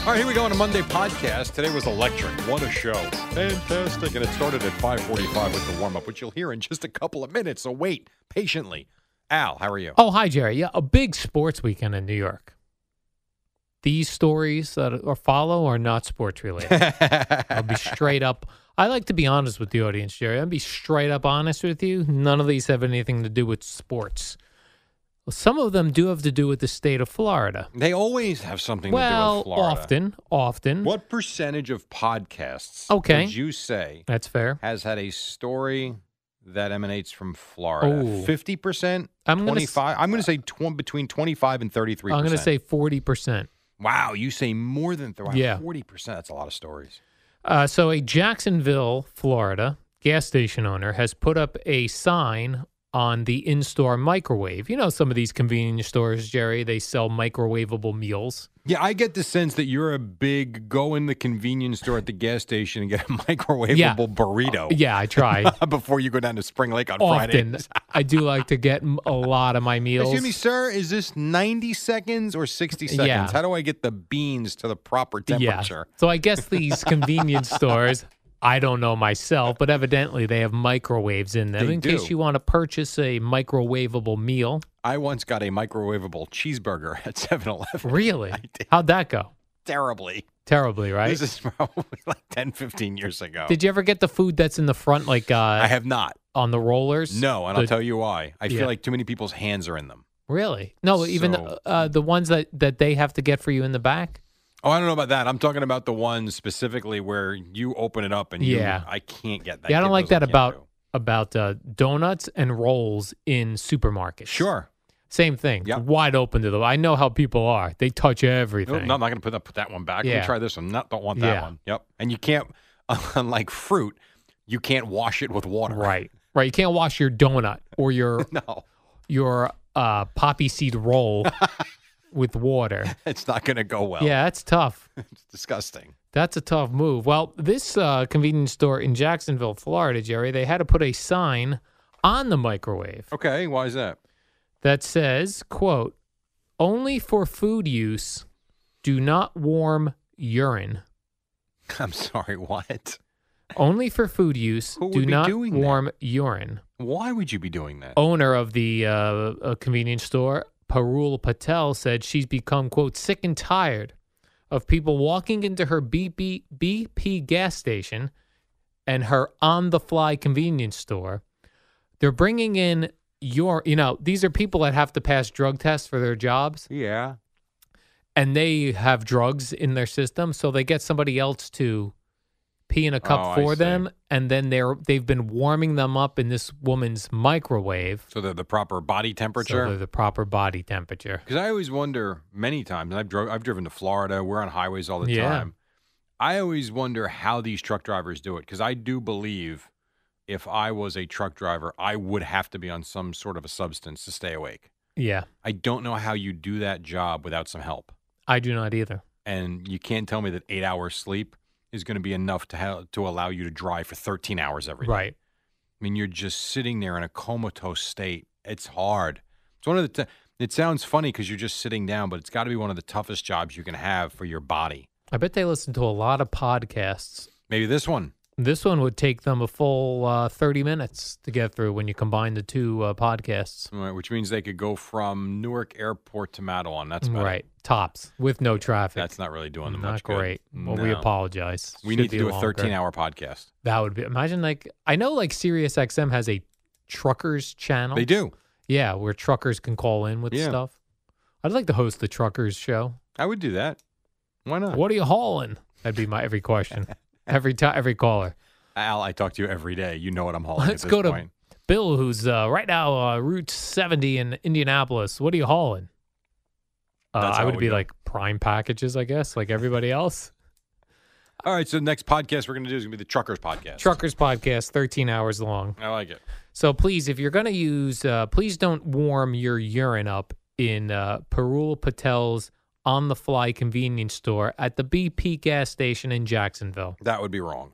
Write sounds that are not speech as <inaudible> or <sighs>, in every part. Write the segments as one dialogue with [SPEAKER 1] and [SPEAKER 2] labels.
[SPEAKER 1] All right, here we go on a Monday podcast. Today was electric. What a show. Fantastic. And it started at 545 with the warm-up, which you'll hear in just a couple of minutes. So wait patiently. Al, how are you?
[SPEAKER 2] Oh, hi, Jerry. Yeah, a big sports weekend in New York. These stories that are follow are not sports
[SPEAKER 1] <laughs>
[SPEAKER 2] related. I'll be straight up. I like to be honest with the audience, Jerry. I'll be straight up honest with you. None of these have anything to do with sports. Some of them do have to do with the state of Florida.
[SPEAKER 1] They always have something to do
[SPEAKER 2] Well,
[SPEAKER 1] with Florida.
[SPEAKER 2] often, often.
[SPEAKER 1] What percentage of podcasts
[SPEAKER 2] Okay.
[SPEAKER 1] would you say
[SPEAKER 2] That's fair.
[SPEAKER 1] has had a story that emanates from Florida?
[SPEAKER 2] Ooh.
[SPEAKER 1] 50%?
[SPEAKER 2] I'm gonna s-
[SPEAKER 1] 25? I'm going to say tw- between 25 and 33%.
[SPEAKER 2] I'm going to say 40%.
[SPEAKER 1] Wow, you say more than th- wow,
[SPEAKER 2] Yeah.
[SPEAKER 1] 40%. That's a lot of stories.
[SPEAKER 2] Uh, so, a Jacksonville, Florida gas station owner has put up a sign on the in store microwave. You know, some of these convenience stores, Jerry, they sell microwavable meals.
[SPEAKER 1] Yeah, I get the sense that you're a big go in the convenience store at the gas station and get a <laughs> microwavable
[SPEAKER 2] Yeah.
[SPEAKER 1] burrito
[SPEAKER 2] Yeah, I
[SPEAKER 1] <laughs>
[SPEAKER 2] try.
[SPEAKER 1] before you go down to Spring Lake
[SPEAKER 2] Often,
[SPEAKER 1] on Oh. Fridays.
[SPEAKER 2] I do like to get m- a lot of my meals.
[SPEAKER 1] Excuse me, sir, is this 90 seconds or 60
[SPEAKER 2] Yeah.
[SPEAKER 1] seconds? How do I get the beans to the proper
[SPEAKER 2] yeah.
[SPEAKER 1] temperature?
[SPEAKER 2] So, I guess
[SPEAKER 1] <laughs>
[SPEAKER 2] these convenience stores. I don't know myself, but evidently they have microwaves in them
[SPEAKER 1] They
[SPEAKER 2] in
[SPEAKER 1] do.
[SPEAKER 2] case you want to purchase a microwavable
[SPEAKER 1] <laughs>
[SPEAKER 2] meal.
[SPEAKER 1] I once got a microwavable cheeseburger at 7 Eleven
[SPEAKER 2] Really? How'd that go?
[SPEAKER 1] terribly.
[SPEAKER 2] Terribly, right?
[SPEAKER 1] This is <laughs> probably like 10, 15 years ago.
[SPEAKER 2] Did you ever get the food that's in the front, like uh,
[SPEAKER 1] Oh. I have not.
[SPEAKER 2] on the rollers?
[SPEAKER 1] No, and
[SPEAKER 2] the,
[SPEAKER 1] I'll tell you why. I
[SPEAKER 2] Yeah.
[SPEAKER 1] feel like too many people's hands are in them.
[SPEAKER 2] Really? No, even
[SPEAKER 1] So-
[SPEAKER 2] the, uh, the ones that, that they have to get for you in the back.
[SPEAKER 1] Oh, I don't know about that. I'm talking about the ones specifically where you open it up and
[SPEAKER 2] Yeah.
[SPEAKER 1] you, I can't get that.
[SPEAKER 2] yeah, I
[SPEAKER 1] Get
[SPEAKER 2] don't like
[SPEAKER 1] those,
[SPEAKER 2] that
[SPEAKER 1] can't
[SPEAKER 2] about
[SPEAKER 1] do.
[SPEAKER 2] about uh, donuts and rolls in supermarkets.
[SPEAKER 1] Sure,
[SPEAKER 2] Same thing.
[SPEAKER 1] Yep.
[SPEAKER 2] Wide open to the. I know how people are. They touch
[SPEAKER 1] no,
[SPEAKER 2] everything.
[SPEAKER 1] no, I'm not going to put that put that one back. Let
[SPEAKER 2] Yeah.
[SPEAKER 1] me try this one. No, don't want that
[SPEAKER 2] Yeah.
[SPEAKER 1] one. Yep. And you can't, <laughs> unlike fruit, you can't wash it with water.
[SPEAKER 2] right. Right. You can't wash your donut or your
[SPEAKER 1] <laughs> No,
[SPEAKER 2] your uh, poppy seed
[SPEAKER 1] <laughs>
[SPEAKER 2] roll with water.
[SPEAKER 1] it's not going to go well.
[SPEAKER 2] Yeah, that's tough.
[SPEAKER 1] it's disgusting.
[SPEAKER 2] That's a tough move. Well, this uh, convenience store in Jacksonville, Florida, Jerry, they had to put a sign on the microwave
[SPEAKER 1] Okay, why is that? <laughs>
[SPEAKER 2] that says, "quote Only for food use. Do not warm urine.
[SPEAKER 1] I'm sorry. <laughs> What?
[SPEAKER 2] Only for food use.
[SPEAKER 1] Who would
[SPEAKER 2] do
[SPEAKER 1] be
[SPEAKER 2] not
[SPEAKER 1] doing that?
[SPEAKER 2] warm urine."
[SPEAKER 1] Why would you be doing that?
[SPEAKER 2] Owner of the uh, uh, convenience store, Parul Patel, said she's become quote sick and tired of people walking into her BP, BP gas station and her on the fly convenience store. They're bringing in your, you know, these are people that have to pass drug tests for their jobs
[SPEAKER 1] Yeah.
[SPEAKER 2] and they have drugs in their system. So they get somebody else to pee in a cup
[SPEAKER 1] Oh, I
[SPEAKER 2] for
[SPEAKER 1] see.
[SPEAKER 2] them, and then they're they've been warming them up in this woman's microwave.
[SPEAKER 1] So they're the proper body
[SPEAKER 2] So they're
[SPEAKER 1] temperature.
[SPEAKER 2] the proper body temperature.
[SPEAKER 1] Because I always wonder many times, and I've drove, I've driven to Florida. We're on highways all the
[SPEAKER 2] Yeah.
[SPEAKER 1] time. I always wonder how these truck drivers do it because I do believe if I was a truck driver, I would have to be on some sort of a substance to stay awake.
[SPEAKER 2] Yeah,
[SPEAKER 1] I don't know how you do that job without some help.
[SPEAKER 2] I do not either.
[SPEAKER 1] And you can't tell me that eight hours sleep is going to be enough to ha- to allow you to drive for 13 hours every day.
[SPEAKER 2] Right.
[SPEAKER 1] I mean, you're just sitting there in a comatose state. It's hard. It's one of the. T- it sounds funny because you're just sitting down, but it's got to be one of the toughest jobs you can have for your body.
[SPEAKER 2] I bet they listen to a lot of podcasts.
[SPEAKER 1] Maybe this one.
[SPEAKER 2] This one would take them a full uh, 30 minutes to get through when you combine the two uh, podcasts.
[SPEAKER 1] All right, which means they could go from Newark Airport to Matawan. That's about it.
[SPEAKER 2] right. Tops with no traffic.
[SPEAKER 1] That's not really doing them
[SPEAKER 2] not
[SPEAKER 1] much good.
[SPEAKER 2] great. Well, we
[SPEAKER 1] No.
[SPEAKER 2] apologize.
[SPEAKER 1] We
[SPEAKER 2] Should
[SPEAKER 1] need to
[SPEAKER 2] be
[SPEAKER 1] do a
[SPEAKER 2] longer.
[SPEAKER 1] 13 hour podcast.
[SPEAKER 2] That would be imagine like I know like Sirius XM has a truckers channel.
[SPEAKER 1] They do.
[SPEAKER 2] Yeah, where truckers can call in with
[SPEAKER 1] Yeah.
[SPEAKER 2] stuff. I'd like to host the truckers show.
[SPEAKER 1] I would do that. Why not?
[SPEAKER 2] What are you hauling? That'd be my every question. every time every caller.
[SPEAKER 1] Al, I talk to you every day. You know what I'm hauling.
[SPEAKER 2] Let's
[SPEAKER 1] at this
[SPEAKER 2] go to
[SPEAKER 1] point.
[SPEAKER 2] Bill who's uh, right now uh, route 70 in Indianapolis. What are you hauling? Uh,
[SPEAKER 1] That's
[SPEAKER 2] I
[SPEAKER 1] how
[SPEAKER 2] would
[SPEAKER 1] we
[SPEAKER 2] be
[SPEAKER 1] go.
[SPEAKER 2] like prime packages, I guess, like everybody
[SPEAKER 1] <laughs>
[SPEAKER 2] else.
[SPEAKER 1] All right, so the next podcast we're going to do is going to be the Truckers Podcast.
[SPEAKER 2] Truckers podcast, 13 hours long.
[SPEAKER 1] I like it.
[SPEAKER 2] So please, if you're going to use, uh, please don't warm your urine up in uh, Perul Patel's on the fly convenience store at the BP gas station in Jacksonville.
[SPEAKER 1] That would be wrong.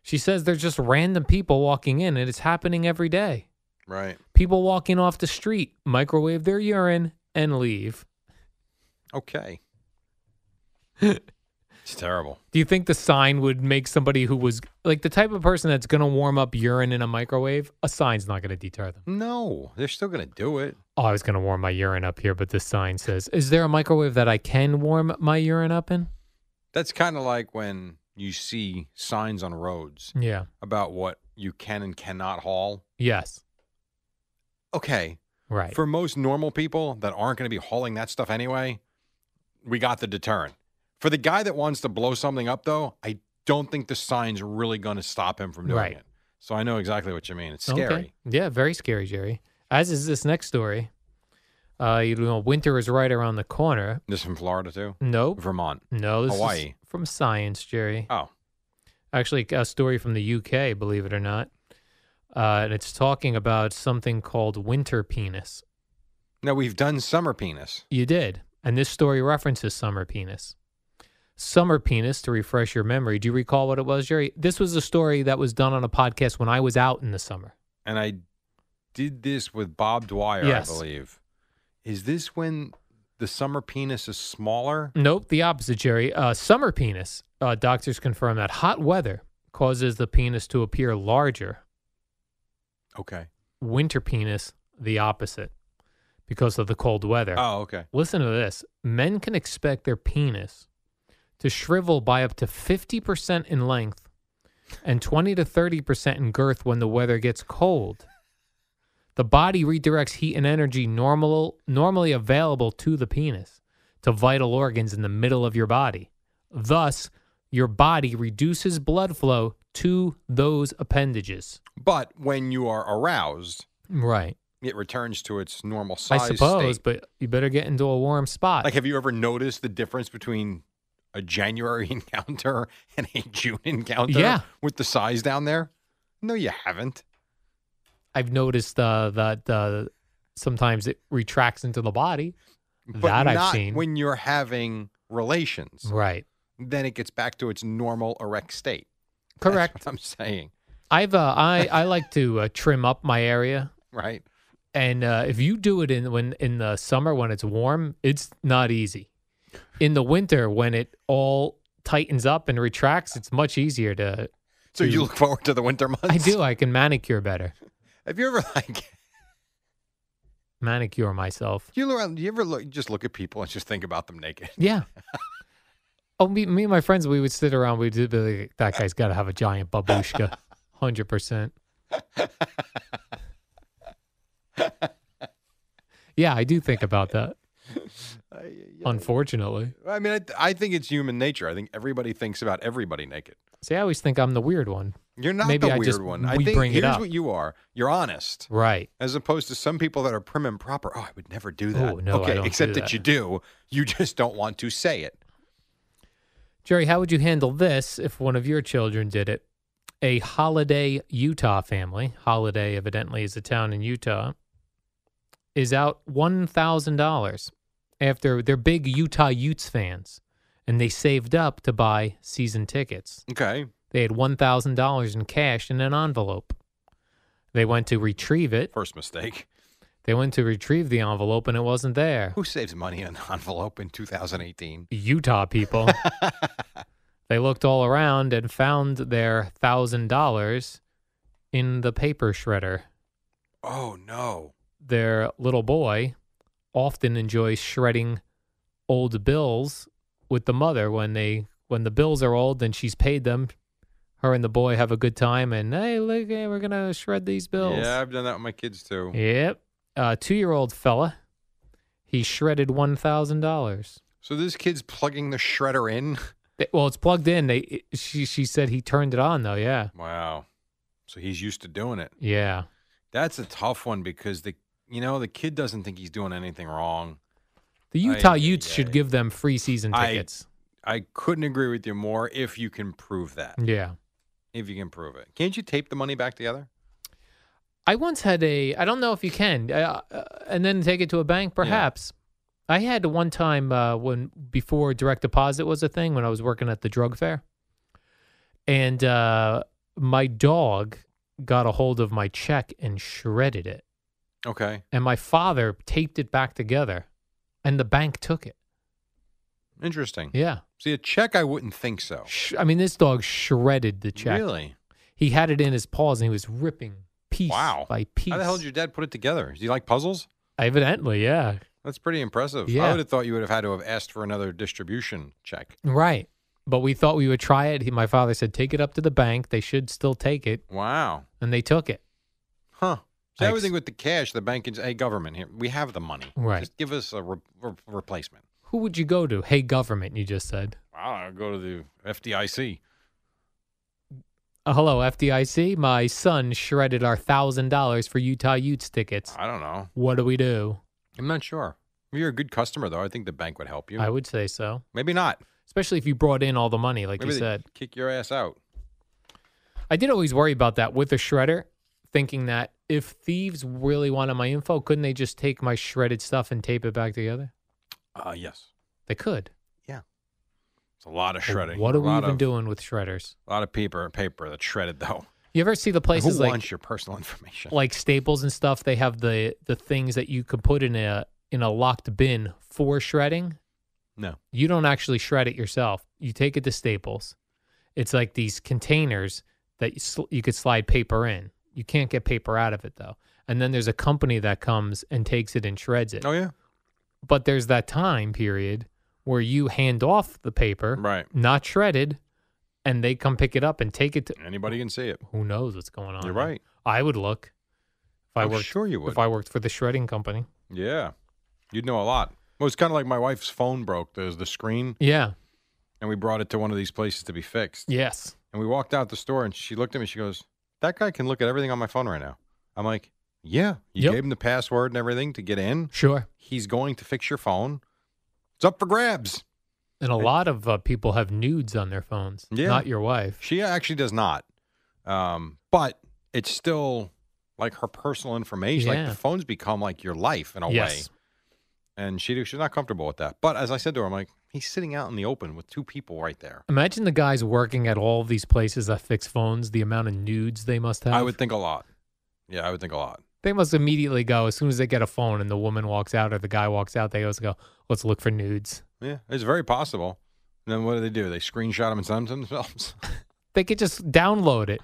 [SPEAKER 2] She says there's just random people walking in, and it's happening every day.
[SPEAKER 1] Right.
[SPEAKER 2] People walking off the street, microwave their urine, and leave. <laughs>
[SPEAKER 1] Okay. it's terrible.
[SPEAKER 2] Do you think the sign would make somebody who was like the type of person that's going to warm up urine in a microwave? A sign's not going to deter them.
[SPEAKER 1] No, they're still going to do it.
[SPEAKER 2] Oh, I was going to warm my urine up here, but this sign says, Is there a microwave that I can warm my urine up in?
[SPEAKER 1] That's kind of like when you see signs on roads
[SPEAKER 2] Yeah.
[SPEAKER 1] about what you can and cannot haul.
[SPEAKER 2] Yes.
[SPEAKER 1] Okay.
[SPEAKER 2] Right.
[SPEAKER 1] For most normal people that aren't going to be hauling that stuff anyway, we got the deterrent. For the guy that wants to blow something up, though, I don't think the sign's really going to stop him from doing
[SPEAKER 2] Right.
[SPEAKER 1] it. So I know exactly what you mean. It's scary.
[SPEAKER 2] Okay. Yeah, very scary, Jerry. As is this next story. Uh, you know, winter is right around the corner.
[SPEAKER 1] This from Florida too?
[SPEAKER 2] Nope.
[SPEAKER 1] Vermont.
[SPEAKER 2] No, this is
[SPEAKER 1] Hawaii.
[SPEAKER 2] from science, Jerry.
[SPEAKER 1] Oh,
[SPEAKER 2] Actually, a story from the UK, believe it or not. Uh, and it's talking about something called winter penis.
[SPEAKER 1] no, we've done summer penis.
[SPEAKER 2] You did. And this story references summer penis. Summer penis, to refresh your memory, do you recall what it was, Jerry? This was a story that was done on a podcast when I was out in the summer.
[SPEAKER 1] And I did this with Bob Dwyer,
[SPEAKER 2] Yes.
[SPEAKER 1] I believe. Is this when the summer penis is smaller?
[SPEAKER 2] Nope, the opposite, Jerry. Uh, summer penis. Uh, doctors confirm that hot weather causes the penis to appear larger. Mm-hmm.
[SPEAKER 1] Okay.
[SPEAKER 2] Winter penis, the opposite, because of the cold weather.
[SPEAKER 1] Oh, okay.
[SPEAKER 2] Listen to this. Men can expect their penis to shrivel by up to 50% in length and 20 to 30% in girth when the weather gets cold. The body redirects heat and energy normal, normally available to the penis to vital organs in the middle of your body. Thus, your body reduces blood flow to those appendages.
[SPEAKER 1] But when you are aroused,
[SPEAKER 2] Right.
[SPEAKER 1] it returns to its normal
[SPEAKER 2] I
[SPEAKER 1] size.
[SPEAKER 2] suppose,
[SPEAKER 1] state.
[SPEAKER 2] but you better get into a warm spot.
[SPEAKER 1] like, have you ever noticed the difference between a January <laughs> encounter and a June encounter?
[SPEAKER 2] Yeah.
[SPEAKER 1] With the size down there? No, you haven't.
[SPEAKER 2] I've noticed uh, that uh, sometimes it retracts into the body.
[SPEAKER 1] But
[SPEAKER 2] that
[SPEAKER 1] not
[SPEAKER 2] I've seen. Mm.
[SPEAKER 1] when you're having relations.
[SPEAKER 2] right.
[SPEAKER 1] then it gets back to its normal erect state. That's
[SPEAKER 2] Correct.
[SPEAKER 1] what I'm saying,
[SPEAKER 2] I've uh, I I like to uh, trim up my area,
[SPEAKER 1] right?
[SPEAKER 2] and uh, if you do it in when in the summer when it's warm, it's not easy. In the winter when it all tightens up and retracts, it's much easier to.
[SPEAKER 1] So you look forward to the winter months.
[SPEAKER 2] I do. I can manicure better.
[SPEAKER 1] Have you ever <laughs> like
[SPEAKER 2] Manicure myself.
[SPEAKER 1] you look around? You ever look just look at people and just think about them naked?
[SPEAKER 2] Yeah. Oh, me, me and my friends, we would sit around. We'd be like, that guy's got to have a giant babushka. 100%. yeah, I do think about that,
[SPEAKER 1] I,
[SPEAKER 2] unfortunately.
[SPEAKER 1] I mean, I, I think it's human nature. I think everybody thinks about everybody naked.
[SPEAKER 2] See, I always think I'm the weird one.
[SPEAKER 1] You're not
[SPEAKER 2] Maybe
[SPEAKER 1] the
[SPEAKER 2] I
[SPEAKER 1] weird
[SPEAKER 2] just-
[SPEAKER 1] one. I
[SPEAKER 2] we
[SPEAKER 1] think
[SPEAKER 2] bring it
[SPEAKER 1] here's
[SPEAKER 2] up.
[SPEAKER 1] what you are. You're honest.
[SPEAKER 2] Right.
[SPEAKER 1] As opposed to some people that are prim and proper. Oh, I would never do that.
[SPEAKER 2] Oh, no, I
[SPEAKER 1] okay,
[SPEAKER 2] don't
[SPEAKER 1] except
[SPEAKER 2] do
[SPEAKER 1] that
[SPEAKER 2] that.
[SPEAKER 1] you do. You just don't want to say it.
[SPEAKER 2] Jerry, how would you handle this if one of your children did it? A holiday Utah family, holiday evidently is a town in Utah, is out $1,000 after they're big Utah Utes fans and they saved up to buy season tickets.
[SPEAKER 1] Okay.
[SPEAKER 2] They had $1,000 in cash in an envelope. They went to retrieve it.
[SPEAKER 1] First mistake. <laughs>
[SPEAKER 2] They went to retrieve the envelope and it wasn't there.
[SPEAKER 1] Who saves money in an envelope in 2018?
[SPEAKER 2] Utah people. they looked all around and found their thousand dollars in the paper shredder.
[SPEAKER 1] Oh no.
[SPEAKER 2] Their little boy often enjoys shredding old bills with the mother when they when the bills are old and she's paid them. Her and the boy have a good time and hey look hey, we're gonna shred these bills.
[SPEAKER 1] Yeah, I've done that with my kids too.
[SPEAKER 2] Yep. Uh, two year old fella. He shredded one thousand dollars.
[SPEAKER 1] So this kid's plugging the shredder in.
[SPEAKER 2] They- Well, it's plugged in. They it- she she said he turned it on though. Yeah,
[SPEAKER 1] Wow. So he's used to doing it.
[SPEAKER 2] yeah.
[SPEAKER 1] That's a tough one because the you know the kid doesn't think he's doing anything wrong.
[SPEAKER 2] The
[SPEAKER 1] Aye,
[SPEAKER 2] Utah
[SPEAKER 1] aye,
[SPEAKER 2] Utes should
[SPEAKER 1] aye.
[SPEAKER 2] give them free season
[SPEAKER 1] I-
[SPEAKER 2] tickets.
[SPEAKER 1] I couldn't agree with you more if you can prove that.
[SPEAKER 2] yeah.
[SPEAKER 1] If you can prove it, can't you tape the money back together?
[SPEAKER 2] I once had a. I don't know if you can, uh, uh, and then take it to a bank, perhaps. I had one time uh, when before direct deposit was a thing when I was working at the drug fair, and uh, my dog got a hold of my check and shredded it,
[SPEAKER 1] Okay,
[SPEAKER 2] and my father taped it back together, and the bank took it.
[SPEAKER 1] interesting.
[SPEAKER 2] Yeah.
[SPEAKER 1] See a check, I wouldn't think so.
[SPEAKER 2] Sh- I mean, this dog shredded the check.
[SPEAKER 1] Really?
[SPEAKER 2] He had it in his paws and he was ripping piece
[SPEAKER 1] Wow.
[SPEAKER 2] by piece.
[SPEAKER 1] How the hell did your dad put it together? Do you like puzzles?
[SPEAKER 2] Evidently, yeah.
[SPEAKER 1] That's pretty impressive. I
[SPEAKER 2] Yeah.
[SPEAKER 1] would have thought you would have had to have asked for another distribution check.
[SPEAKER 2] Right. But we thought we would try it. He, my father said, take it up to the bank. They should still take it.
[SPEAKER 1] Wow.
[SPEAKER 2] And they took it.
[SPEAKER 1] Huh. So
[SPEAKER 2] I ex-
[SPEAKER 1] everything with the cash, the bank is, hey, government, here, we have the money.
[SPEAKER 2] Right.
[SPEAKER 1] Just give us a re- re- replacement.
[SPEAKER 2] Who would you go to? Hey, government, you just said.
[SPEAKER 1] Wow, I'll go to the FDIC.
[SPEAKER 2] Uh, hello, FDIC. My son shredded our $1,000 for Utah Utes tickets.
[SPEAKER 1] I don't know.
[SPEAKER 2] What do we do?
[SPEAKER 1] I'm not sure. If you're a good customer, though, I think the bank would help you.
[SPEAKER 2] I would say so.
[SPEAKER 1] Maybe not.
[SPEAKER 2] Especially if you brought in all the money, like
[SPEAKER 1] Maybe
[SPEAKER 2] you
[SPEAKER 1] they
[SPEAKER 2] said.
[SPEAKER 1] kick your ass out.
[SPEAKER 2] I did always worry about that with a shredder, thinking that if thieves really wanted my info, couldn't they just take my shredded stuff and tape it back together?
[SPEAKER 1] Uh, yes.
[SPEAKER 2] They could.
[SPEAKER 1] It's a lot of
[SPEAKER 2] But
[SPEAKER 1] shredding.
[SPEAKER 2] What are
[SPEAKER 1] a
[SPEAKER 2] we
[SPEAKER 1] lot
[SPEAKER 2] even
[SPEAKER 1] of,
[SPEAKER 2] doing with shredders?
[SPEAKER 1] A lot of paper, paper that's shredded, though.
[SPEAKER 2] You ever see the <laughs> places
[SPEAKER 1] Who
[SPEAKER 2] like
[SPEAKER 1] wants your personal <laughs> information?
[SPEAKER 2] like Staples and stuff? They have the the things that you could put in a in a locked bin for shredding.
[SPEAKER 1] no.
[SPEAKER 2] You don't actually shred it yourself. You take it to Staples. It's like these containers that you, sl- you could slide paper in. You can't get paper out of it though. And then there's a company that comes and takes it and shreds it.
[SPEAKER 1] Oh, yeah.
[SPEAKER 2] but there's that time period where you hand off the paper,
[SPEAKER 1] Right.
[SPEAKER 2] not shredded, and they come pick it up and take it to
[SPEAKER 1] Anybody can see it.
[SPEAKER 2] who knows what's going on.
[SPEAKER 1] You're
[SPEAKER 2] there.
[SPEAKER 1] right.
[SPEAKER 2] I would look if I
[SPEAKER 1] I'm
[SPEAKER 2] worked
[SPEAKER 1] sure you would.
[SPEAKER 2] if I worked for the shredding company.
[SPEAKER 1] Yeah. You'd know a lot. Well, it's kind of like my wife's phone broke. There's the screen,
[SPEAKER 2] Yeah.
[SPEAKER 1] and we brought it to one of these places to be fixed.
[SPEAKER 2] Yes.
[SPEAKER 1] And we walked out the store, and she looked at me. She goes, That guy can look at everything on my phone right now. I'm like, Yeah. You
[SPEAKER 2] Yep.
[SPEAKER 1] gave him the password and everything to get in.
[SPEAKER 2] Sure.
[SPEAKER 1] He's going to fix your phone. It's up for grabs.
[SPEAKER 2] And a lot of uh, people have nudes on their phones.
[SPEAKER 1] Yeah.
[SPEAKER 2] Not your wife.
[SPEAKER 1] She actually does not. Um, but it's still like her personal information. Like
[SPEAKER 2] Yeah.
[SPEAKER 1] the phone's become like your life in a way.
[SPEAKER 2] yes.
[SPEAKER 1] And she, she's not comfortable with that. But as I said to her, I'm like, He's sitting out in the open with two people right there.
[SPEAKER 2] Imagine the guys working at all these places that fix phones. The amount of nudes they must have.
[SPEAKER 1] I would think a lot. Yeah, I would think a lot.
[SPEAKER 2] They must immediately go as soon as they get a phone and the woman walks out or the guy walks out. They always go, "Let's look for nudes."
[SPEAKER 1] Yeah, it's very possible. And then what do they do? They screenshot them and send them to themselves. <laughs>
[SPEAKER 2] They could just download it.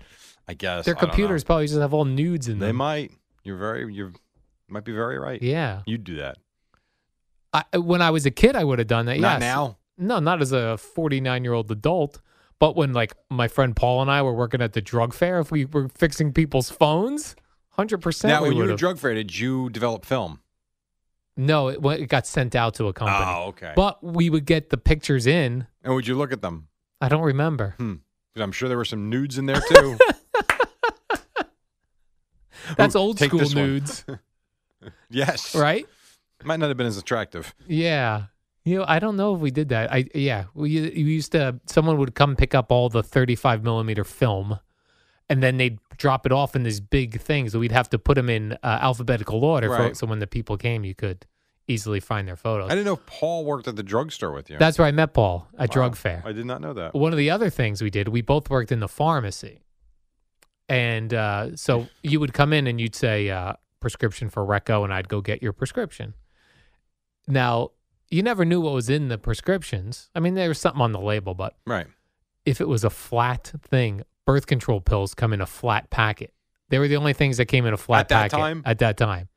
[SPEAKER 1] I guess
[SPEAKER 2] Their
[SPEAKER 1] I don't know.
[SPEAKER 2] computers probably just have all nudes in
[SPEAKER 1] They
[SPEAKER 2] them.
[SPEAKER 1] might. You're very. You might be very right.
[SPEAKER 2] Yeah.
[SPEAKER 1] You'd do that.
[SPEAKER 2] I, when I was a kid, I would have done that.
[SPEAKER 1] Not
[SPEAKER 2] yes.
[SPEAKER 1] now.
[SPEAKER 2] No, not as a 49 year old adult. But when, like, my friend Paul and I were working at the drug fair, if we were fixing people's phones, 100%
[SPEAKER 1] now,
[SPEAKER 2] we
[SPEAKER 1] when you were
[SPEAKER 2] would've-
[SPEAKER 1] at drug fair, did you develop film?
[SPEAKER 2] No, it, well, it got sent out to a company.
[SPEAKER 1] Oh, okay.
[SPEAKER 2] But we would get the pictures in.
[SPEAKER 1] and would you look at them?
[SPEAKER 2] I don't remember.
[SPEAKER 1] Hmm. 'Cause I'm sure there were some nudes
[SPEAKER 2] <laughs>
[SPEAKER 1] in there too.
[SPEAKER 2] That's old
[SPEAKER 1] take
[SPEAKER 2] school
[SPEAKER 1] this one. <laughs>
[SPEAKER 2] nudes,
[SPEAKER 1] yes.
[SPEAKER 2] right?
[SPEAKER 1] Might not have been as attractive.
[SPEAKER 2] Yeah. You know, I don't know if we did that. I yeah, we, we used to. Someone would come pick up all the 35 millimeter film, and then they'd drop it off in these big things. So we'd have to put them in uh, alphabetical order. For,
[SPEAKER 1] Right.
[SPEAKER 2] so when the people came, you could easily find their
[SPEAKER 1] I
[SPEAKER 2] photos.
[SPEAKER 1] didn't know if Paul worked at the drugstore with you.
[SPEAKER 2] That's where I met Paul at
[SPEAKER 1] Wow.
[SPEAKER 2] drug fair.
[SPEAKER 1] I did not know that.
[SPEAKER 2] One of the other things we did, we both worked in the pharmacy, and uh, so you would come in and you'd say uh, prescription for Recco, and I'd go get your prescription. Now you never knew what was in the prescriptions. I mean, there was something on the label, but
[SPEAKER 1] Right.
[SPEAKER 2] if it was a flat thing, birth control pills come in a flat packet. They were the only things that came in a flat
[SPEAKER 1] At that
[SPEAKER 2] packet
[SPEAKER 1] time?
[SPEAKER 2] at that time.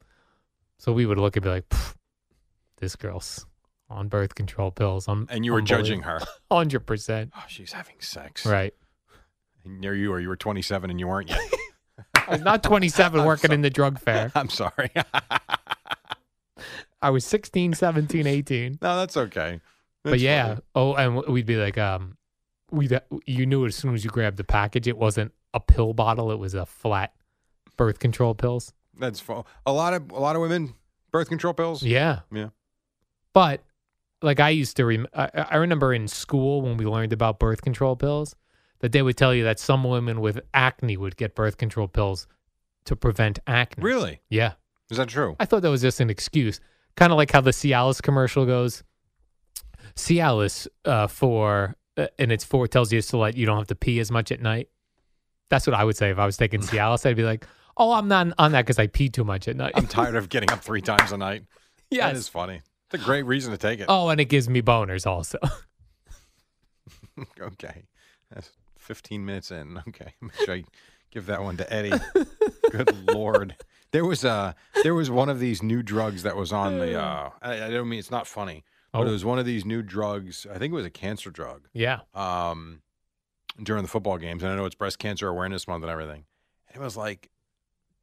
[SPEAKER 2] So we would look and be like, "Pff, "This girl's on birth control pills." i
[SPEAKER 1] And you were judging
[SPEAKER 2] <laughs>
[SPEAKER 1] her.
[SPEAKER 2] hundred percent,
[SPEAKER 1] Oh, she's having sex.
[SPEAKER 2] right?
[SPEAKER 1] And near you, or you were 27 and you weren't yet. <laughs>
[SPEAKER 2] I was not 27 working in the drug fair.
[SPEAKER 1] I'm sorry.
[SPEAKER 2] I was 16, 17, 18.
[SPEAKER 1] no, that's okay.
[SPEAKER 2] but
[SPEAKER 1] That's
[SPEAKER 2] yeah.
[SPEAKER 1] fine.
[SPEAKER 2] Oh, and w- we'd be like, um, we you knew as soon as you grabbed the package, it wasn't a pill bottle. It was a flat birth control pills.
[SPEAKER 1] that's fun. A lot of a lot of women birth control pills.
[SPEAKER 2] Yeah.
[SPEAKER 1] Yeah.
[SPEAKER 2] But like I used to, rem- I, I remember in school when we learned about birth control pills, that they would tell you that some women with acne would get birth control pills to prevent acne.
[SPEAKER 1] Really?
[SPEAKER 2] Yeah.
[SPEAKER 1] Is that true?
[SPEAKER 2] I thought that was just an excuse, kind of like how the Cialis commercial goes. Cialis uh, for uh, and it's for tells you so like you don't have to pee as much at night. That's what I would say if I was taking Cialis. I'd be like, oh, I'm not on that because I pee too much at night.
[SPEAKER 1] I'm tired of getting up three times a night. That
[SPEAKER 2] <laughs> Yes.
[SPEAKER 1] is funny. It's a great reason to take it.
[SPEAKER 2] oh, and it gives me boners also.
[SPEAKER 1] <laughs>
[SPEAKER 2] <laughs>
[SPEAKER 1] okay. That's 15 minutes in. <laughs> Okay. Make sure I give that one
[SPEAKER 2] <laughs>
[SPEAKER 1] to Eddie. Good lord. There was uh there was one of these new drugs that was on
[SPEAKER 2] <sighs>
[SPEAKER 1] the uh I, I don't mean it's not funny, but
[SPEAKER 2] Oh.
[SPEAKER 1] it was one of these new drugs. I think it was a cancer drug.
[SPEAKER 2] yeah. Oh,
[SPEAKER 1] Um during the football games and I know it's breast cancer awareness month and everything. And it was like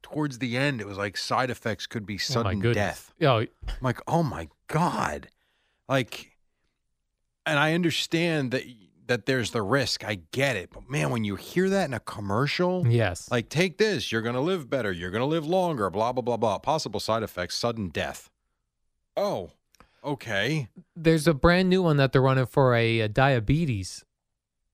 [SPEAKER 1] towards the end it was like side effects could be
[SPEAKER 2] Oh, my
[SPEAKER 1] sudden
[SPEAKER 2] goodness.
[SPEAKER 1] death.
[SPEAKER 2] Oh,
[SPEAKER 1] I'm like, oh my god, like, and I understand that that there's the risk. I get it, but man, when you hear that in a commercial,
[SPEAKER 2] yes.
[SPEAKER 1] like, take this, you're gonna live better, you're gonna live longer, blah blah blah blah. Possible side effects: sudden death. Oh, okay.
[SPEAKER 2] There's a brand new one that they're running for a, uh diabetes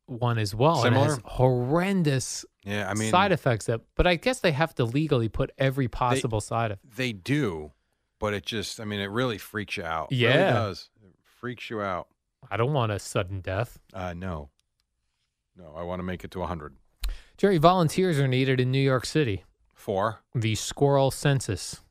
[SPEAKER 2] one as well. and it has
[SPEAKER 1] Similar?
[SPEAKER 2] horrendous
[SPEAKER 1] Yeah, I mean,
[SPEAKER 2] side effects. That, but I guess they have to legally put every possible side effect.
[SPEAKER 1] they do, but it just, I mean, it really freaks you out. It really
[SPEAKER 2] Yeah.
[SPEAKER 1] does. It freaks you out.
[SPEAKER 2] I don't want a sudden death.
[SPEAKER 1] Uh, no, no, I want to make it to 100.
[SPEAKER 2] Jerry, volunteers are needed in New York City.
[SPEAKER 1] Four.
[SPEAKER 2] The squirrel census.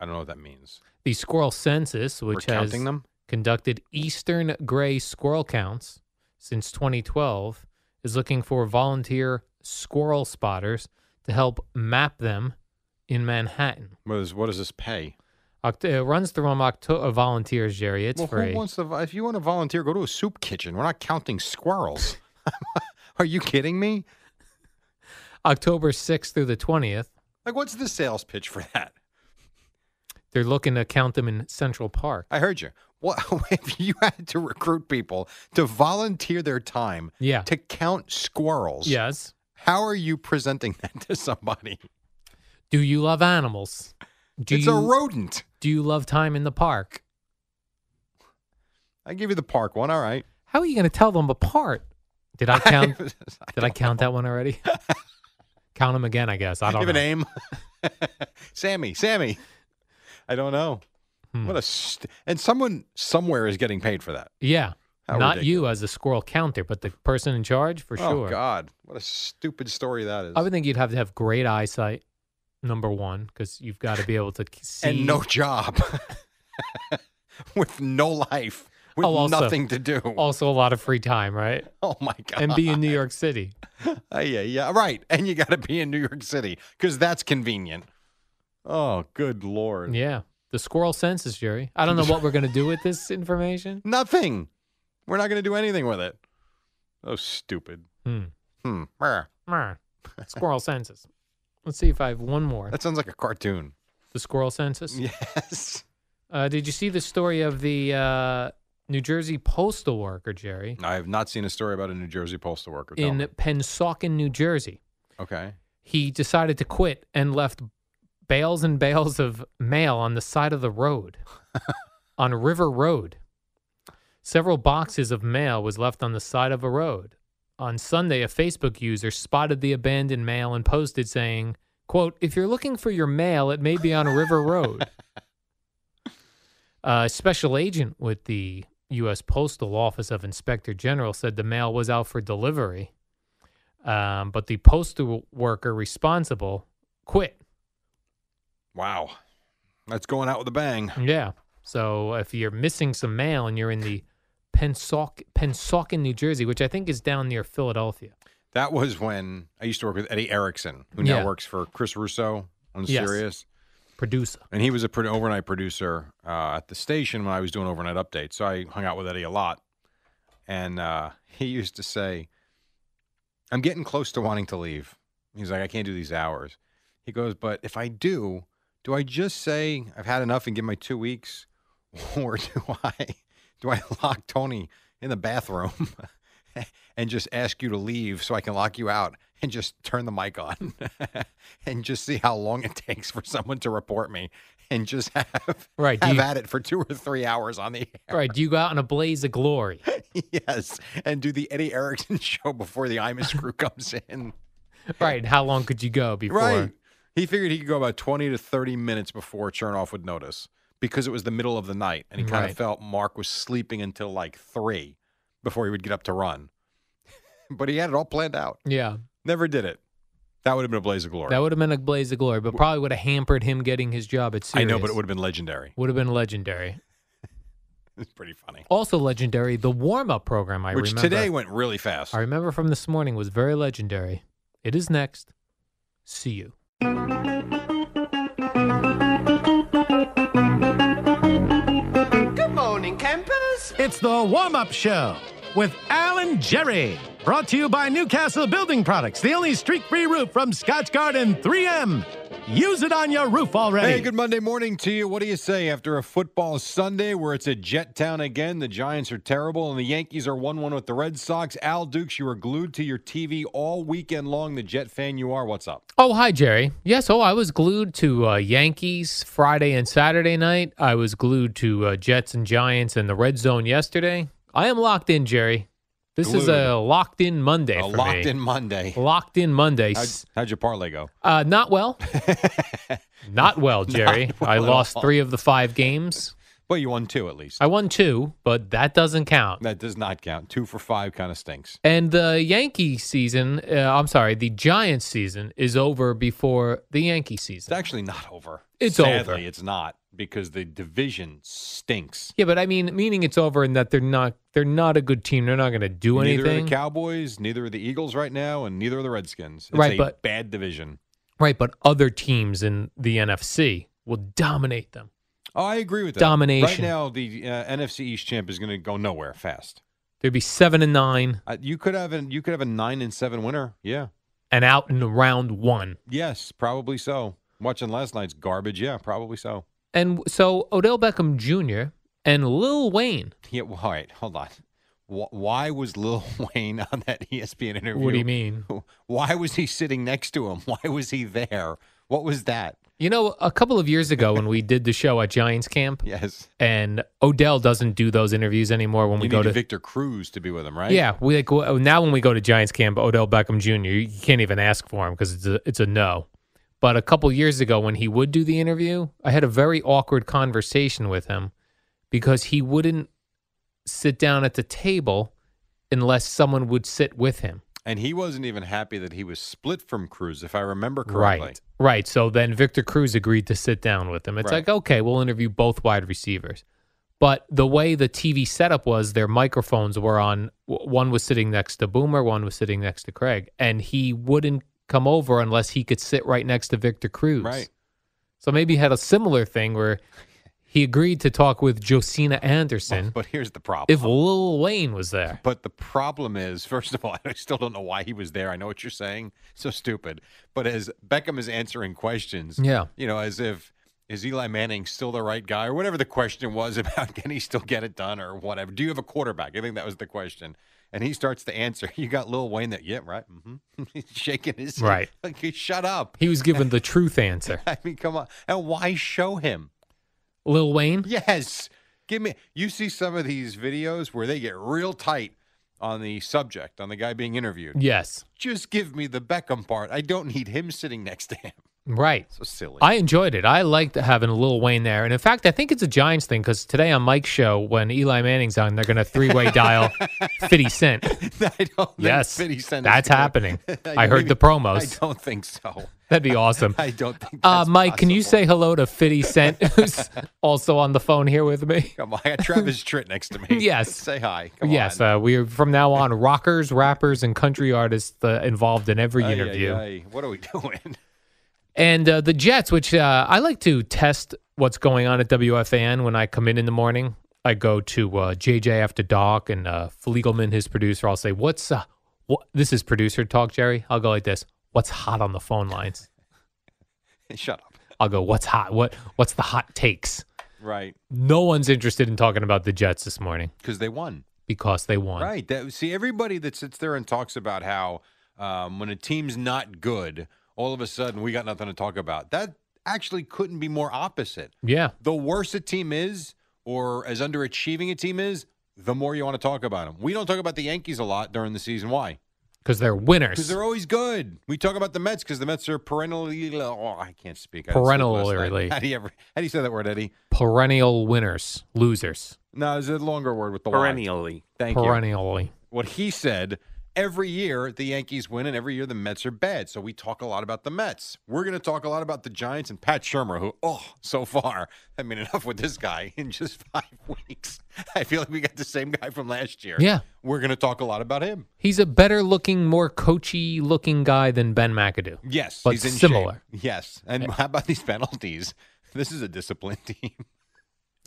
[SPEAKER 1] I don't know what that means.
[SPEAKER 2] The squirrel census, which
[SPEAKER 1] We're
[SPEAKER 2] has
[SPEAKER 1] counting them.
[SPEAKER 2] conducted eastern gray squirrel counts since 2012, is looking for volunteer squirrel spotters to help map them in Manhattan.
[SPEAKER 1] What, is, what does this pay?
[SPEAKER 2] Oct- it runs through them Octo- uh, volunteers, Jerry. It's
[SPEAKER 1] well,
[SPEAKER 2] free.
[SPEAKER 1] who wants to? If you want to volunteer, go to a soup kitchen. We're not counting squirrels. <laughs> Are you kidding me?
[SPEAKER 2] October 6th through the 20th.
[SPEAKER 1] Like, what's the sales pitch for that?
[SPEAKER 2] They're looking to count them in Central Park.
[SPEAKER 1] I heard you. What <laughs> if you had to recruit people to volunteer their time
[SPEAKER 2] Yeah.
[SPEAKER 1] to count squirrels?
[SPEAKER 2] Yes.
[SPEAKER 1] How are you presenting <laughs> that to somebody?
[SPEAKER 2] Do you love animals? Do
[SPEAKER 1] it's
[SPEAKER 2] you
[SPEAKER 1] a rodent.
[SPEAKER 2] do you love time in the park?
[SPEAKER 1] I give you the park one. All right. <laughs>
[SPEAKER 2] How are you going to tell them apart? Did <laughs> I count?
[SPEAKER 1] I
[SPEAKER 2] did I count that one
[SPEAKER 1] <laughs>
[SPEAKER 2] already? count them again, I guess. I don't
[SPEAKER 1] give
[SPEAKER 2] know.
[SPEAKER 1] a name. <laughs> Sammy. Sammy. I don't know.
[SPEAKER 2] Hmm.
[SPEAKER 1] What a st- and someone somewhere is getting paid for that.
[SPEAKER 2] Yeah,
[SPEAKER 1] How
[SPEAKER 2] not you as a squirrel counter, but the person in charge for
[SPEAKER 1] Oh
[SPEAKER 2] sure.
[SPEAKER 1] God, what a stupid story that is.
[SPEAKER 2] I would think you'd have to have great eyesight. Number one, because you've got to be able to k- see.
[SPEAKER 1] and no job, <laughs> with no life, with
[SPEAKER 2] Oh, also-
[SPEAKER 1] nothing to do.
[SPEAKER 2] Also, a lot of free time, right?
[SPEAKER 1] oh my God.
[SPEAKER 2] And be in
[SPEAKER 1] <laughs>
[SPEAKER 2] New York City.
[SPEAKER 1] Uh, yeah, yeah, right. And you got to be in New York City because that's convenient. Oh, good lord.
[SPEAKER 2] Yeah, the squirrel census, Jerry. I don't know what we're gonna do with this information.
[SPEAKER 1] Nothing. We're not going to do anything with it. Oh, stupid.
[SPEAKER 2] Hmm.
[SPEAKER 1] <laughs> Hmm. Brr.
[SPEAKER 2] Mer. Squirrel census. Let's see if I have one more.
[SPEAKER 1] That sounds like a cartoon.
[SPEAKER 2] <laughs> The squirrel census.
[SPEAKER 1] Yes.
[SPEAKER 2] Uh, did you see the story of the uh, New Jersey postal worker, Jerry,
[SPEAKER 1] I have not seen a story about a New Jersey postal worker. Tell me.
[SPEAKER 2] in Pensauken, New Jersey.
[SPEAKER 1] okay.
[SPEAKER 2] He decided to quit and left bales and bales of mail on the side of the road, on River Road. Several boxes of mail was left on the side of a road. On Sunday, a Facebook user spotted the abandoned mail and posted saying, quote, if you're looking for your mail, it may be on River Road. A special agent with the U.S. Postal Office of Inspector General said the mail was out for delivery, um, but the postal worker responsible quit.
[SPEAKER 1] Wow. That's going out with a bang.
[SPEAKER 2] Yeah. So if you're missing some mail and you're in the Pensauk- Pensauken, New Jersey, which I think is down near Philadelphia.
[SPEAKER 1] That was when I used to work with Eddie Erickson, who
[SPEAKER 2] Yeah.
[SPEAKER 1] now works for Chris Russo on
[SPEAKER 2] Yes.
[SPEAKER 1] Sirius.
[SPEAKER 2] Producer.
[SPEAKER 1] And he was a pro- overnight producer uh, at the station when I was doing overnight updates. So I hung out with Eddie a lot. And uh, <laughs> he used to say, I'm getting close to wanting to leave. He's like, I can't do these hours. He goes, But if I do, do I just say I've had enough and give my two weeks? <laughs> Or do I do I <laughs> lock Tony in the bathroom <laughs> and just ask you to leave so I can lock you out and just turn the mic on <laughs> and just see how long it <laughs> takes for someone to report me and just <laughs> have
[SPEAKER 2] Right. Do
[SPEAKER 1] have
[SPEAKER 2] you,
[SPEAKER 1] at it for two or three hours on the <laughs> air.
[SPEAKER 2] right. Do you go out in a blaze of
[SPEAKER 1] <laughs>
[SPEAKER 2] glory?
[SPEAKER 1] yes, and do the Eddie Erickson <laughs> show before the I'm
[SPEAKER 2] <laughs>
[SPEAKER 1] a Screw comes in.
[SPEAKER 2] right. How long could you go before?
[SPEAKER 1] He figured he could go about 20 to 30 minutes before Chernoff would notice because it was the middle of the night and he kind
[SPEAKER 2] Right.
[SPEAKER 1] of felt Mark was sleeping until like three before he would get up to run. <laughs> but he had it all planned out.
[SPEAKER 2] Yeah.
[SPEAKER 1] Never did it. That would have been a blaze of glory.
[SPEAKER 2] That would have been a blaze of glory, but probably would have hampered him getting his job at
[SPEAKER 1] I
[SPEAKER 2] Sirius.
[SPEAKER 1] know, but it would have been legendary.
[SPEAKER 2] would have been legendary.
[SPEAKER 1] It's pretty funny.
[SPEAKER 2] Also legendary, the warm up program. I
[SPEAKER 1] Which
[SPEAKER 2] remember
[SPEAKER 1] today went really fast.
[SPEAKER 2] I remember from this morning was very legendary. It is next. See you.
[SPEAKER 3] Good morning, campers.
[SPEAKER 4] It's the warm up show with Alan Jerry. Brought to you by Newcastle Building Products, the only streak free roof from Scotch Garden 3M. Use it on your roof already.
[SPEAKER 1] Hey, good Monday morning to you. What do you say after a football Sunday where it's a jet town again? The Giants are terrible and the Yankees are 1 1 with the Red Sox. Al Dukes, you were glued to your TV all weekend long. The Jet fan you are. What's up?
[SPEAKER 2] Oh, hi, Jerry. Yes, oh, I was glued to uh, Yankees Friday and Saturday night. I was glued to uh, Jets and Giants and the red zone yesterday. I am locked in, Jerry. This is a locked in Monday.
[SPEAKER 1] A
[SPEAKER 2] for
[SPEAKER 1] locked
[SPEAKER 2] me.
[SPEAKER 1] in Monday.
[SPEAKER 2] Locked in Monday.
[SPEAKER 1] How'd,
[SPEAKER 2] S-
[SPEAKER 1] how'd your parlay go?
[SPEAKER 2] Uh, not
[SPEAKER 1] <laughs>
[SPEAKER 2] well. not well, Jerry. I
[SPEAKER 1] well at
[SPEAKER 2] lost
[SPEAKER 1] all.
[SPEAKER 2] three of the five games.
[SPEAKER 1] Well, you won two at least.
[SPEAKER 2] I won two, but that doesn't count.
[SPEAKER 1] that does not count. Two for five kind of stinks.
[SPEAKER 2] And the Yankee season, uh, I'm sorry, the Giants season is over before the Yankee
[SPEAKER 1] It's
[SPEAKER 2] season.
[SPEAKER 1] actually not over.
[SPEAKER 2] It's
[SPEAKER 1] Sadly,
[SPEAKER 2] over.
[SPEAKER 1] it's not because the division stinks.
[SPEAKER 2] Yeah, but I mean, meaning it's over and that they're not they're not a good team. They're not going to do
[SPEAKER 1] Neither
[SPEAKER 2] anything,
[SPEAKER 1] of the Cowboys, neither of the Eagles right now, and neither of the Redskins. It's
[SPEAKER 2] Right,
[SPEAKER 1] a
[SPEAKER 2] but-
[SPEAKER 1] bad division.
[SPEAKER 2] right? But other teams in the NFC will dominate them.
[SPEAKER 1] Oh, I agree with that. Right
[SPEAKER 2] Domination.
[SPEAKER 1] now, the uh, NFC East champ is going to go nowhere fast.
[SPEAKER 2] There'd be seven and nine
[SPEAKER 1] Uh, you could have an you could have a nine and seven winner. Yeah.
[SPEAKER 2] and out in round one.
[SPEAKER 1] Yes, probably so. Watching last night's garbage. Yeah, probably so.
[SPEAKER 2] And so Odell Beckham Jr. and Lil Wayne.
[SPEAKER 1] Yeah. <laughs> Well, all right. Hold on. Wh- Why was Lil <laughs> Wayne on that E ESPN interview?
[SPEAKER 2] What do you mean?
[SPEAKER 1] <laughs> Why was he sitting next to him? <laughs> Why was he there? What was that?
[SPEAKER 2] You know, a couple of years ago when we did the show at Giants camp,
[SPEAKER 1] Yes.
[SPEAKER 2] and Odell doesn't do those interviews anymore when we
[SPEAKER 1] you
[SPEAKER 2] go
[SPEAKER 1] need
[SPEAKER 2] to
[SPEAKER 1] Victor Cruz to be with him, right?
[SPEAKER 2] Yeah, we like w- now when we go to Giants camp, Odell Beckham Jr. You can't even ask for him because it's a it's a no. But a couple years ago, when he would do the interview, I had a very awkward conversation with him because he wouldn't sit down at the table unless someone would sit with him.
[SPEAKER 1] And he wasn't even happy that he was split from Cruz, if I remember correctly.
[SPEAKER 2] Right, right. So then Victor Cruz agreed to sit down with him. It's
[SPEAKER 1] Right.
[SPEAKER 2] like okay, we'll interview both wide receivers. But the way the TV setup was, their microphones were on. w- One was sitting next to Boomer, one was sitting next to Craig, and he wouldn't come over unless he could sit right next to Victor Cruz.
[SPEAKER 1] Right.
[SPEAKER 2] So maybe he had a similar thing where he agreed to talk with Josina Anderson
[SPEAKER 1] <laughs> But here's the problem.
[SPEAKER 2] if Lil Wayne was
[SPEAKER 1] <laughs>
[SPEAKER 2] there.
[SPEAKER 1] But the problem is, first of all, <laughs> I still don't know why he was there. I know what you're saying. So stupid. But as Beckham is answering questions,
[SPEAKER 2] Yeah.
[SPEAKER 1] you know, as if is Eli Manning still the right guy, or whatever the question was <laughs> about can he still get it done, or whatever. Do you have a quarterback? I think that was the question. And he starts to answer. <laughs> You got Lil Wayne that, yeah, right. Mm-hmm. <laughs> He's shaking his head.
[SPEAKER 2] Right.
[SPEAKER 1] <laughs> Like, "Hey, shut up. <laughs>
[SPEAKER 2] He was given the truth answer.
[SPEAKER 1] I mean, come on. And why show him?
[SPEAKER 2] Lil Wayne?
[SPEAKER 1] Yes. Give me. You see some of these videos where they get real tight on the subject, on the guy being interviewed.
[SPEAKER 2] Yes.
[SPEAKER 1] Just give me the Beckham part. I don't need him sitting next to him.
[SPEAKER 2] Right.
[SPEAKER 1] So <laughs> silly.
[SPEAKER 2] I enjoyed it. I liked having Lil Wayne there. And in fact, I think it's a Giants thing because today on Mike's show, when Eli Manning's on, they're going to three
[SPEAKER 1] <laughs>
[SPEAKER 2] way dial 50 Cent.
[SPEAKER 1] I don't think
[SPEAKER 2] Yes.
[SPEAKER 1] 50 Cent is
[SPEAKER 2] That's
[SPEAKER 1] gonna- <laughs>
[SPEAKER 2] happening. I heard the promos.
[SPEAKER 1] I don't think so.
[SPEAKER 2] That'd be awesome.
[SPEAKER 1] I don't think
[SPEAKER 2] Uh,
[SPEAKER 1] <laughs> that's
[SPEAKER 2] Mike, can you
[SPEAKER 1] possible.
[SPEAKER 2] say hello to 50 Cent, <laughs> who's also on the phone here with me?
[SPEAKER 1] Come on, I got Travis Tritt next to me.
[SPEAKER 2] <laughs> Yes.
[SPEAKER 1] Say hi. Come
[SPEAKER 2] yes,
[SPEAKER 1] on.
[SPEAKER 2] uh, we are from now
[SPEAKER 1] <laughs>
[SPEAKER 2] on rockers, rappers, and country artists uh, involved in every
[SPEAKER 1] Ay, ay,
[SPEAKER 2] interview.
[SPEAKER 1] ay. What are we <laughs> doing?
[SPEAKER 2] And uh, the Jets, which uh, I like to test what's going on at WFAN when I come in in the morning. I go to uh, JJ after Doc and uh, Fliegelman, his producer. I'll say, "What's uh, what? This is producer talk, Jerry." I'll go like this: "What's hot on the phone lines?"
[SPEAKER 1] Shut up.
[SPEAKER 2] I'll go, "What's hot? What? What's the hot takes?"
[SPEAKER 1] Right.
[SPEAKER 2] No one's interested in talking about the Jets this morning
[SPEAKER 1] Because they won.
[SPEAKER 2] because they won.
[SPEAKER 1] Right. That, see, everybody that sits there and talks about how um, when a team's not good, all of a sudden we got nothing to talk about. That actually couldn't be more opposite.
[SPEAKER 2] Yeah.
[SPEAKER 1] the worse a team is or as underachieving a team is, the more you want to talk about them. We don't talk about the Yankees a lot during the season. Why?
[SPEAKER 2] Because they're winners.
[SPEAKER 1] Because they're always good. We talk about the Mets because the Mets are perennially. Oh, I can't speak. I didn't sleep last night.
[SPEAKER 2] Perennially.
[SPEAKER 1] How do you ever? How do you say that word, Eddie?
[SPEAKER 2] perennial winners, losers.
[SPEAKER 1] No, it's a longer word with the Y.
[SPEAKER 3] Perennially.
[SPEAKER 1] Thank you.
[SPEAKER 2] Perennially.
[SPEAKER 1] What he said. Every year the Yankees win, and every year the Mets are bad. So we talk a lot about the Mets. We're going to talk a lot about the Giants and Pat Shermer, who, oh, so far, I mean, <laughs> enough with this guy in just <laughs> five weeks. I feel like we got the same guy from last year.
[SPEAKER 2] Yeah.
[SPEAKER 1] we're going to talk a lot about him.
[SPEAKER 2] He's a better looking, more coachy looking guy than Ben McAdoo.
[SPEAKER 1] Yes,
[SPEAKER 2] But
[SPEAKER 1] he's in shape.
[SPEAKER 2] similar.
[SPEAKER 1] Yes, and how about these penalties? <laughs> This is a disciplined <laughs> team.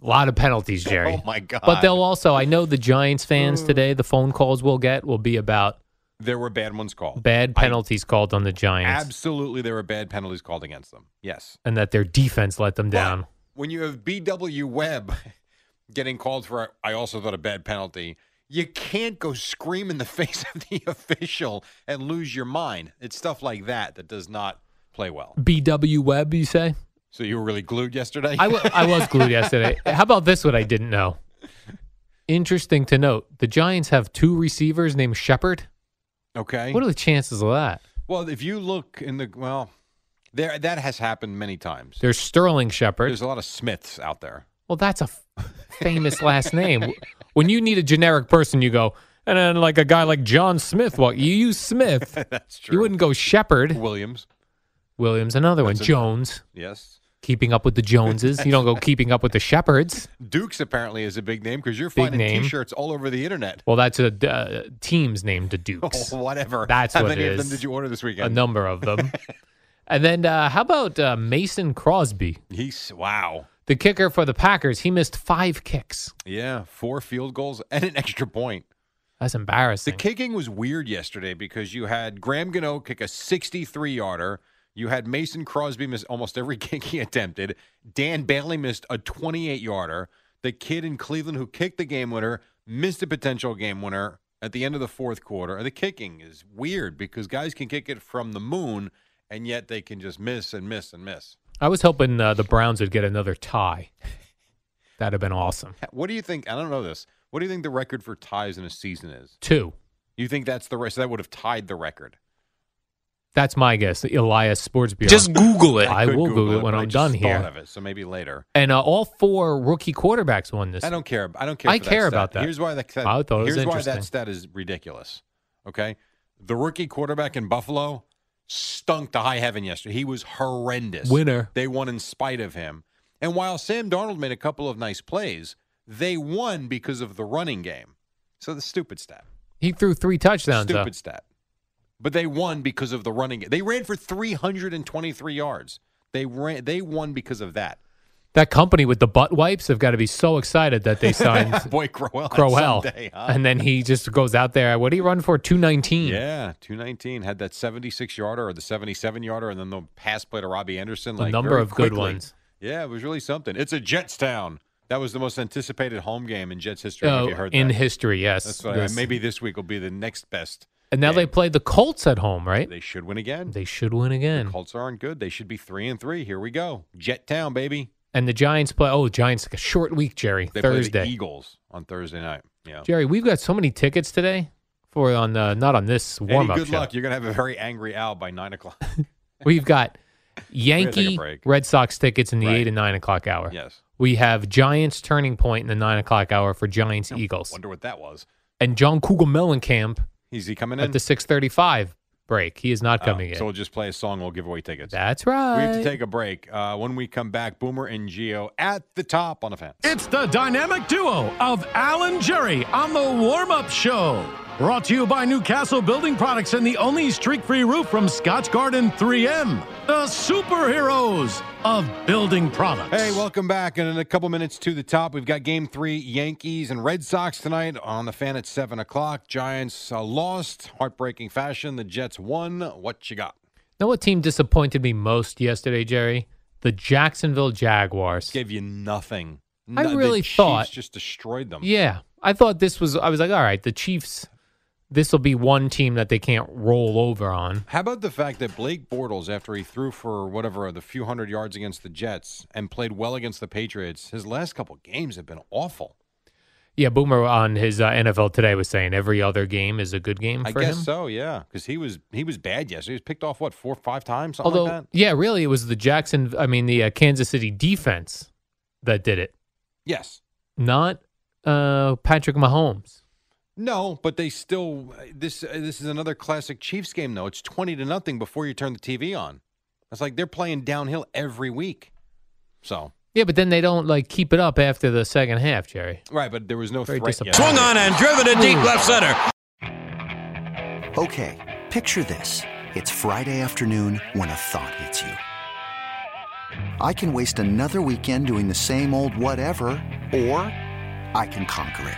[SPEAKER 2] A lot of penalties, Jerry.
[SPEAKER 1] <laughs> Oh my god!
[SPEAKER 2] But they'll also, I know the Giants fans today, the phone calls we'll get will be about
[SPEAKER 1] there were bad ones called.
[SPEAKER 2] bad
[SPEAKER 1] I-
[SPEAKER 2] penalties called on the Giants
[SPEAKER 1] Absolutely, there were bad penalties called against them. Yes.
[SPEAKER 2] and that their defense let them down.
[SPEAKER 1] <laughs> When you have BW Webb <laughs> getting called for, I also thought a bad penalty. You can't go scream in the <laughs> face of the official and lose your mind. It's stuff like that that does not play well.
[SPEAKER 2] BW Webb, you say?
[SPEAKER 1] So you were really glued yesterday.
[SPEAKER 2] I wa- I was glued yesterday. How about this one I didn't know? Interesting to note the Giants have two receivers named Shepard.
[SPEAKER 1] <laughs> okay.
[SPEAKER 2] What are the chances of that?
[SPEAKER 1] Well, if you look in the well, there that has happened many times.
[SPEAKER 2] There's Sterling Shepard.
[SPEAKER 1] There's a lot of Smiths out there. <laughs>
[SPEAKER 2] Well, that's a f- famous last name. When you need a generic person, you go, and then like a guy like John Smith, well, you use Smith.
[SPEAKER 1] That's
[SPEAKER 2] You wouldn't go Shepard.
[SPEAKER 1] <laughs> Williams.
[SPEAKER 2] Williams, another one. Jones,
[SPEAKER 1] Yes.
[SPEAKER 2] keeping up with the Joneses. You don't go keeping up with the Shepherds.
[SPEAKER 1] Dukes apparently is a big name because you're
[SPEAKER 2] Big
[SPEAKER 1] finding
[SPEAKER 2] name.
[SPEAKER 1] T-shirts all over the internet.
[SPEAKER 2] Well, that's a uh, team's named the Dukes.
[SPEAKER 1] Oh, <laughs> whatever.
[SPEAKER 2] That's
[SPEAKER 1] How
[SPEAKER 2] what
[SPEAKER 1] many
[SPEAKER 2] it
[SPEAKER 1] of them
[SPEAKER 2] is.
[SPEAKER 1] did you order this
[SPEAKER 2] A
[SPEAKER 1] weekend?
[SPEAKER 2] number of
[SPEAKER 1] <laughs>
[SPEAKER 2] them. And then uh, how about uh, Mason Crosby,
[SPEAKER 1] He's wow.
[SPEAKER 2] the kicker for the Packers? He missed five kicks.
[SPEAKER 1] Yeah, four field goals and an extra point.
[SPEAKER 2] That's
[SPEAKER 1] The
[SPEAKER 2] embarrassing.
[SPEAKER 1] kicking was weird yesterday because you had Graham Gano kick a 63-yarder. You had Mason Crosby miss almost every <laughs> kick he attempted. Dan Bailey missed a 28-yarder. The kid in Cleveland who kicked the game winner missed a potential game winner at the end of the fourth quarter. The kicking is weird because guys can kick it from the moon and yet they can just miss and miss and miss.
[SPEAKER 2] I was hoping uh, the Browns would get another tie. That'd have been awesome.
[SPEAKER 1] What do you think? I don't know this. What do you think the record for ties in a season is?
[SPEAKER 2] Two.
[SPEAKER 1] You think that's the rest? that would have tied the record.
[SPEAKER 2] That's my guess. The Elias Sports Bureau.
[SPEAKER 3] Google
[SPEAKER 2] I
[SPEAKER 1] could
[SPEAKER 2] will Google it when
[SPEAKER 1] but I
[SPEAKER 2] I'm
[SPEAKER 1] just
[SPEAKER 2] done
[SPEAKER 1] thought
[SPEAKER 2] here.
[SPEAKER 1] Of it, so maybe later.
[SPEAKER 2] And uh, all four rookie quarterbacks won this.
[SPEAKER 1] I don't care. I don't care.
[SPEAKER 2] I
[SPEAKER 1] for that
[SPEAKER 2] care
[SPEAKER 1] stat.
[SPEAKER 2] about that.
[SPEAKER 1] Here's why that. Stat,
[SPEAKER 2] I thought it was
[SPEAKER 1] here's why
[SPEAKER 2] interesting.
[SPEAKER 1] that stat is ridiculous. Okay, the rookie quarterback in Buffalo stunk to high heaven yesterday. He was horrendous.
[SPEAKER 2] Winner.
[SPEAKER 1] They won in spite of him. And while Sam Darnold made a couple of nice plays, they won because of the running game. So the stupid stat.
[SPEAKER 2] He threw three touchdowns. though.
[SPEAKER 1] Stupid stat. But they won because of the running. They ran for 323 yards. They ran. They won because
[SPEAKER 2] <laughs>
[SPEAKER 1] of that.
[SPEAKER 2] That company with the butt wipes have got to be so excited that
[SPEAKER 1] <laughs>
[SPEAKER 2] they signed
[SPEAKER 1] Boy, Crowell. had
[SPEAKER 2] Crowell.
[SPEAKER 1] Sunday, huh?
[SPEAKER 2] And then he just goes out there. What did he run for? 219.
[SPEAKER 1] yeah, 219 had that 76 yarder or the 77 yarder, and then the pass play to Robbie Anderson.
[SPEAKER 2] A
[SPEAKER 1] like
[SPEAKER 2] number
[SPEAKER 1] very
[SPEAKER 2] of good
[SPEAKER 1] quickly.
[SPEAKER 2] ones.
[SPEAKER 1] Yeah, it was really something. It's a Jets town. That was the most anticipated home game in Jets history. have you heard
[SPEAKER 2] Oh, in
[SPEAKER 1] that?
[SPEAKER 2] history, yes.
[SPEAKER 1] That's what
[SPEAKER 2] This-
[SPEAKER 1] I, maybe this week will be the next best.
[SPEAKER 2] and now they
[SPEAKER 1] game.
[SPEAKER 2] play the Colts at home, right?
[SPEAKER 1] They should win again.
[SPEAKER 2] They should win again.
[SPEAKER 1] Colts aren't good. They should be three and three. Here we go. Jet town, baby.
[SPEAKER 2] And the Giants play. Oh, Giants! A short week, Jerry.
[SPEAKER 1] They play
[SPEAKER 2] Thursday.
[SPEAKER 1] the Eagles on Thursday night. Yeah.
[SPEAKER 2] Jerry, we've got so many tickets today for on uh, not on this
[SPEAKER 1] Eddie,
[SPEAKER 2] warm up
[SPEAKER 1] good
[SPEAKER 2] show.
[SPEAKER 1] luck. You're gonna have a very angry Al by
[SPEAKER 2] <laughs>
[SPEAKER 1] nine o'clock.
[SPEAKER 2] We've
[SPEAKER 1] <laughs>
[SPEAKER 2] got
[SPEAKER 1] take a
[SPEAKER 2] Yankee
[SPEAKER 1] break.
[SPEAKER 2] Red Sox tickets in the
[SPEAKER 1] Right.
[SPEAKER 2] eight and nine o'clock hour.
[SPEAKER 1] yes.
[SPEAKER 2] We have Giants turning point in the nine o'clock hour for Giants Eagles
[SPEAKER 1] Wonder what that was.
[SPEAKER 2] and John Cougar Mellencamp
[SPEAKER 1] Is he coming in?
[SPEAKER 2] at the six thirty five break. He is not
[SPEAKER 1] Oh,
[SPEAKER 2] coming in.
[SPEAKER 1] So we'll just play a song. We'll give away tickets.
[SPEAKER 2] That's
[SPEAKER 1] we
[SPEAKER 2] right.
[SPEAKER 1] have to take a break. Uh, when we come back, Boomer and Geo at the top on the fan.
[SPEAKER 4] It's the dynamic duo of Alan Jerry on the warm up show. Brought to you by Newcastle Building Products and the only streak free roof from Scotch Garden 3M, the superheroes of building products.
[SPEAKER 1] Hey, welcome back. And in a couple minutes to the top, we've got game three Yankees and Red Sox tonight on the fan at 7 o'clock. Giants uh, lost, heartbreaking fashion. The Jets won. What you got?
[SPEAKER 2] Know what team disappointed me most yesterday, Jerry? The Jacksonville Jaguars.
[SPEAKER 1] Gave you nothing.
[SPEAKER 2] I
[SPEAKER 1] No- the
[SPEAKER 2] really
[SPEAKER 1] Chiefs
[SPEAKER 2] thought-
[SPEAKER 1] just destroyed them.
[SPEAKER 2] Yeah, I thought this was. I was like, all right, the Chiefs. This will be one team that they can't roll over on.
[SPEAKER 1] How about the fact that Blake Bortles, after he threw for whatever the few hundred yards against the Jets and played well against the Patriots, his last couple games have been awful.
[SPEAKER 2] Yeah, Boomer on his uh, NFL today was saying every other game is a good game
[SPEAKER 1] I
[SPEAKER 2] for
[SPEAKER 1] guess
[SPEAKER 2] him.
[SPEAKER 1] so, yeah, because he was he was bad yesterday. He was picked off what four, five times, something
[SPEAKER 2] Although,
[SPEAKER 1] like that.
[SPEAKER 2] yeah, really, it was the Jackson. I mean, the uh, Kansas City defense that did it,
[SPEAKER 1] Yes,
[SPEAKER 2] not uh, Patrick Mahomes.
[SPEAKER 1] no, but they still this this is another classic Chiefs game though. It's twenty to nothing before you turn the TV on. It's like they're playing downhill every week. So
[SPEAKER 2] Yeah, but then they don't like keep it up after the second half, Jerry.
[SPEAKER 1] right, but there was no
[SPEAKER 2] Very
[SPEAKER 1] threat. yet.
[SPEAKER 2] disappointing.
[SPEAKER 3] Okay, picture this. It's Friday afternoon when a thought hits you. I can waste another weekend doing the same old whatever, or I can conquer it.